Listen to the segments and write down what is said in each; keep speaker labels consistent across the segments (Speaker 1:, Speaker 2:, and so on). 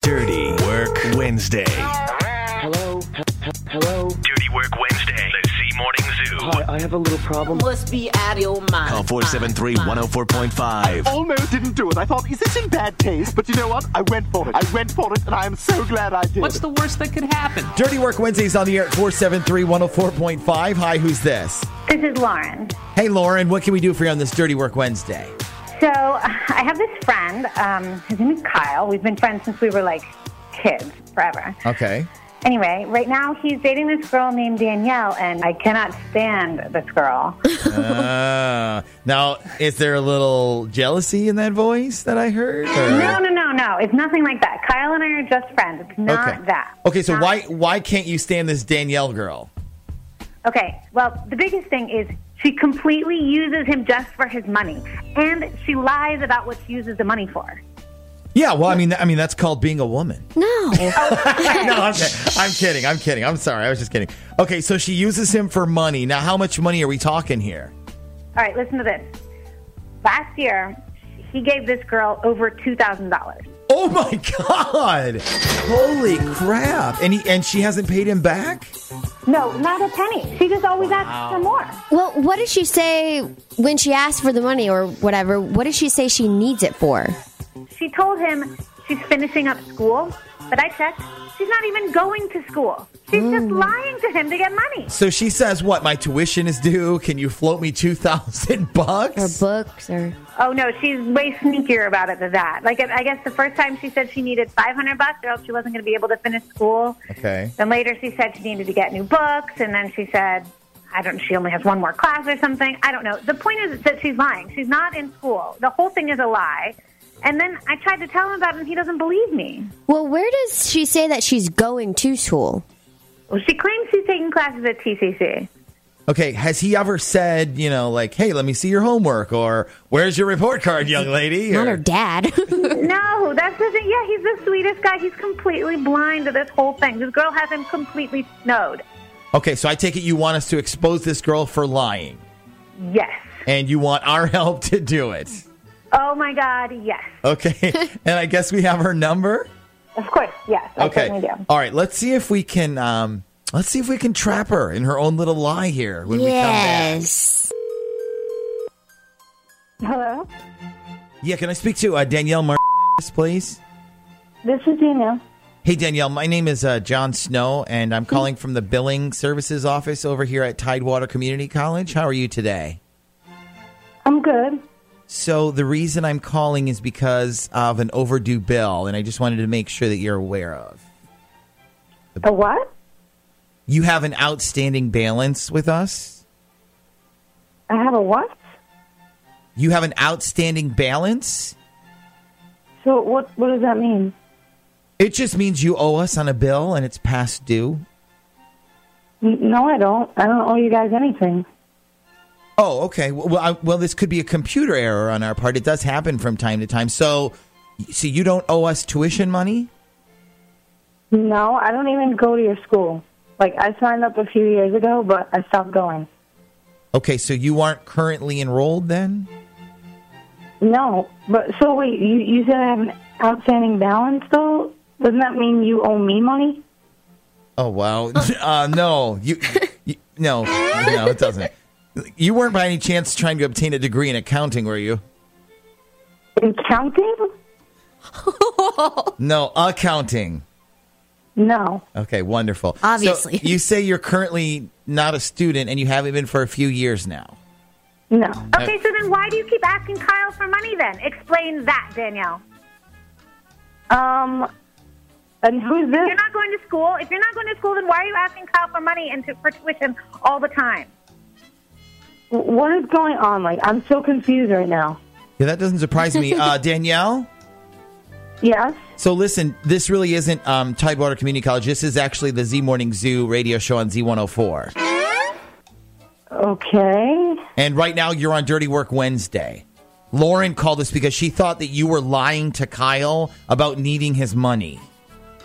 Speaker 1: Dirty Work Wednesday.
Speaker 2: Hello, H- h- hello.
Speaker 1: Dirty Work Wednesday. The Z Morning Zoo.
Speaker 2: Hi, I have a little problem.
Speaker 3: must be out of your mind.
Speaker 1: Call 473 104.5.
Speaker 4: almost didn't do it. I thought, is this in bad taste? But you know what? I went for it. I went for it, and I am so glad I did.
Speaker 5: What's the worst that could happen?
Speaker 6: Dirty Work Wednesdays on the air at 473 104.5. Hi, who's this?
Speaker 7: This is Lauren.
Speaker 6: Hey, Lauren, what can we do for you on this Dirty Work Wednesday?
Speaker 7: So I have this friend. Um, his name is Kyle. We've been friends since we were like kids, forever.
Speaker 6: Okay.
Speaker 7: Anyway, right now he's dating this girl named Danielle, and I cannot stand this girl.
Speaker 6: Uh, now, is there a little jealousy in that voice that I heard? or-
Speaker 7: no, no, no, no. It's nothing like that. Kyle and I are just friends. It's not
Speaker 6: okay.
Speaker 7: that.
Speaker 6: Okay, so
Speaker 7: Not-
Speaker 6: why why can't you stand this Danielle girl?
Speaker 7: Okay. Well, the biggest thing is she completely uses him just for his money, and she lies about what she uses the money for.
Speaker 6: Yeah, well, I mean, I mean that's called being a woman.
Speaker 8: No.
Speaker 6: no, I'm, ki- I'm kidding. I'm kidding. I'm sorry. I was just kidding. Okay, so she uses him for money. Now, how much money are we talking here?
Speaker 7: All right, listen to this. Last year, he gave this girl over two thousand dollars.
Speaker 6: Oh my god! Holy crap! And he and she hasn't paid him back.
Speaker 7: No, not a penny. She just always asks for more.
Speaker 8: Well, what did she say when she asked for the money or whatever? What did she say she needs it for?
Speaker 7: She told him she's finishing up school, but I checked. She's not even going to school. She's just
Speaker 8: Mm.
Speaker 7: lying to him to get money.
Speaker 6: So she says, "What? My tuition is due. Can you float me two thousand
Speaker 8: Or
Speaker 6: bucks?"
Speaker 8: books or.
Speaker 7: Oh no, she's way sneakier about it than that. Like I guess the first time she said she needed five hundred bucks, or else she wasn't going to be able to finish school.
Speaker 6: Okay.
Speaker 8: um,
Speaker 7: Then later she said she needed to get new books, and then she said, I don't. She only has one more class or something. I don't know. The point is that she's lying. She's not in school. The whole thing is a lie. And then I tried to tell him about it, and he doesn't believe me.
Speaker 8: Well, where does she say that she's going to school?
Speaker 7: Well, she claims she's taking classes at TCC.
Speaker 6: Okay. Has he ever said, you know, like, "Hey, let me see your homework," or "Where's your report card, young lady"?
Speaker 8: Not her
Speaker 6: Or,
Speaker 8: dad.
Speaker 7: No, that's the thing. Yeah, he's the sweetest guy. He's completely blind to this whole thing. This girl has him completely snowed.
Speaker 6: okay. So I take it you want us to expose this girl for lying,
Speaker 7: Yes.
Speaker 6: and you want our help to do it.
Speaker 7: Oh my God. Yes.
Speaker 6: Okay. and I guess we have her number.
Speaker 7: Of course. Yes. I certainly
Speaker 6: Okay.
Speaker 7: do.
Speaker 6: All right. Let's see if we can. Um, let's see if we can trap her in her own little lie here when
Speaker 8: yes.
Speaker 7: Hello.
Speaker 6: we come back. Yeah. Can I speak to uh, Danielle Martinez, please?
Speaker 7: This is Danielle.
Speaker 6: Hey Danielle, my name is uh, John Snow, and I'm calling from the billing services office over here at Tidewater Community College. How are you today?
Speaker 7: I'm good.
Speaker 6: So the reason I'm calling is because of an overdue bill, and I just wanted to make sure that you're aware of.
Speaker 7: A what?
Speaker 6: You have an outstanding balance with us.
Speaker 7: I have a what?
Speaker 6: You have an outstanding balance.
Speaker 7: So what? What does that mean?
Speaker 6: It just means you owe us on a bill and it's past due.
Speaker 7: N- No, I don't. I don't owe you guys anything.
Speaker 6: Oh, okay. Well, I, well, this could be a computer error on our part. It does happen from time to time. So, so you don't owe us tuition money.
Speaker 7: No, I don't even go to your school. Like I signed up a few years ago, but I stopped going.
Speaker 6: Okay, so you aren't currently enrolled then?
Speaker 7: No, but so wait, you you said I have an outstanding balance though. Doesn't that mean you owe me money?
Speaker 6: Oh wow. uh, no, you, you no no it doesn't. You weren't by any chance trying to obtain a degree in accounting, were you?
Speaker 7: In counting?
Speaker 6: No, accounting.
Speaker 7: No.
Speaker 6: Okay, wonderful. So
Speaker 8: Obviously.
Speaker 6: you say you're currently not a student and you haven't been for a few years now.
Speaker 7: No. Okay, so then why do you keep asking Kyle for money then? Explain that, Danielle. Um, and who's this? You're not going to school. If you're not going to school, then why are you asking Kyle for money and to, for tuition all the time? What is going on? Like, I'm so confused right now.
Speaker 6: Yeah, that doesn't surprise me. Uh, Danielle?
Speaker 3: Yes.
Speaker 6: So listen, this really isn't um, Tidewater Community College. This is actually the Z Morning Zoo radio show on Z104.
Speaker 3: Okay.
Speaker 6: And right now you're on Dirty Work Wednesday. Lauren called us because she thought that you were lying to Kyle about needing his money.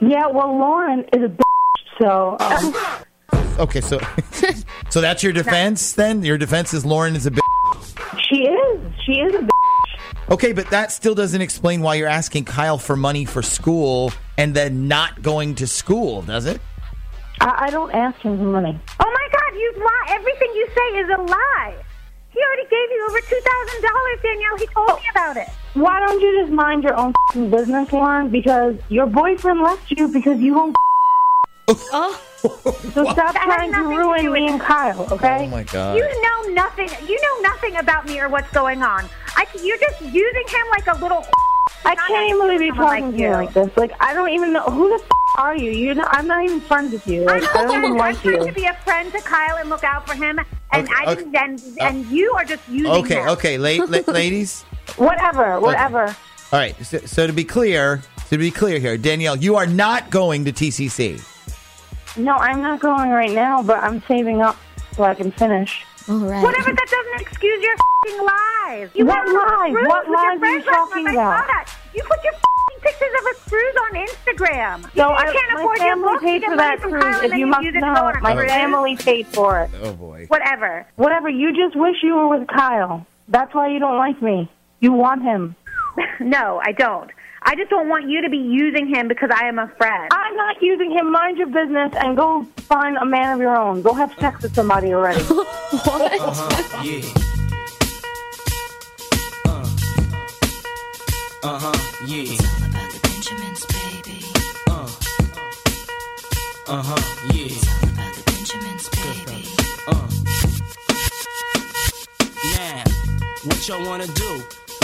Speaker 7: Yeah, well, Lauren is a bitch, so um,
Speaker 6: Okay, so so that's your defense then? Your defense is Lauren is a bitch.
Speaker 7: she is. She is a bitch.
Speaker 6: Okay, but that still doesn't explain why you're asking Kyle for money for school and then not going to school, does it?
Speaker 7: I, I don't ask him for money.
Speaker 3: Oh my God, you lie. Everything you say is a lie. He already gave you over $2,000, Danielle. He told me about it.
Speaker 7: Why don't you just mind your own fing business, Lauren? Because your boyfriend left you because you don't. oh. So stop
Speaker 3: That has
Speaker 7: trying to
Speaker 3: nothing to
Speaker 7: ruin
Speaker 3: do with
Speaker 7: me and Kyle, okay?
Speaker 6: Oh my god.
Speaker 3: You know nothing. You know nothing about me or what's going on. I, you're just using him like a little.
Speaker 7: I can't even believe you're
Speaker 3: Someone
Speaker 7: talking
Speaker 3: like
Speaker 7: to me
Speaker 3: you.
Speaker 7: like this. Like I don't even know who the f- are you. You know, I'm not even friends with you.
Speaker 3: I'm,
Speaker 7: Like, I don't even
Speaker 3: I'm
Speaker 7: like
Speaker 3: trying
Speaker 7: you.
Speaker 3: to be a friend to Kyle and look out for him, and
Speaker 6: Okay,
Speaker 3: I
Speaker 6: okay.
Speaker 3: didn't. And, and you are just using
Speaker 6: Okay,
Speaker 3: him.
Speaker 6: okay, la- la- ladies.
Speaker 7: Whatever, whatever.
Speaker 6: All right. So, so to be clear, to be clear here, Danielle, you are not going to TCC.
Speaker 7: No, I'm not going right now, but I'm saving up so I can finish.
Speaker 9: All right.
Speaker 3: Whatever. That doesn't excuse your fing lies. You
Speaker 7: What
Speaker 3: went on a
Speaker 7: lies?
Speaker 3: cruise
Speaker 7: What
Speaker 3: with your
Speaker 7: lies are you
Speaker 3: friends last
Speaker 7: talking
Speaker 3: month. I saw
Speaker 7: about?
Speaker 3: that. You put your fing pictures of a cruise on Instagram. You,
Speaker 7: No,
Speaker 3: you
Speaker 7: I,
Speaker 3: can't
Speaker 7: my
Speaker 3: afford your
Speaker 7: family
Speaker 3: books.
Speaker 7: paid
Speaker 3: you
Speaker 7: for
Speaker 3: get
Speaker 7: that
Speaker 3: money from
Speaker 7: cruise.
Speaker 3: Kyle, and
Speaker 7: if
Speaker 3: then
Speaker 7: you must
Speaker 3: use it to go
Speaker 7: know,
Speaker 3: on a
Speaker 7: my
Speaker 3: cruise.
Speaker 7: family paid for it.
Speaker 6: Oh boy.
Speaker 3: Whatever.
Speaker 7: Whatever. You just wish you were with Kyle. That's why you don't like me. You want him.
Speaker 3: No, I don't. I just don't want you to be using him because I am a friend.
Speaker 7: I'm not using him. Mind your business and go find a man of your own. Go have sex with somebody already.
Speaker 5: Uh, uh-huh, uh-huh, Now, what y'all wanna do?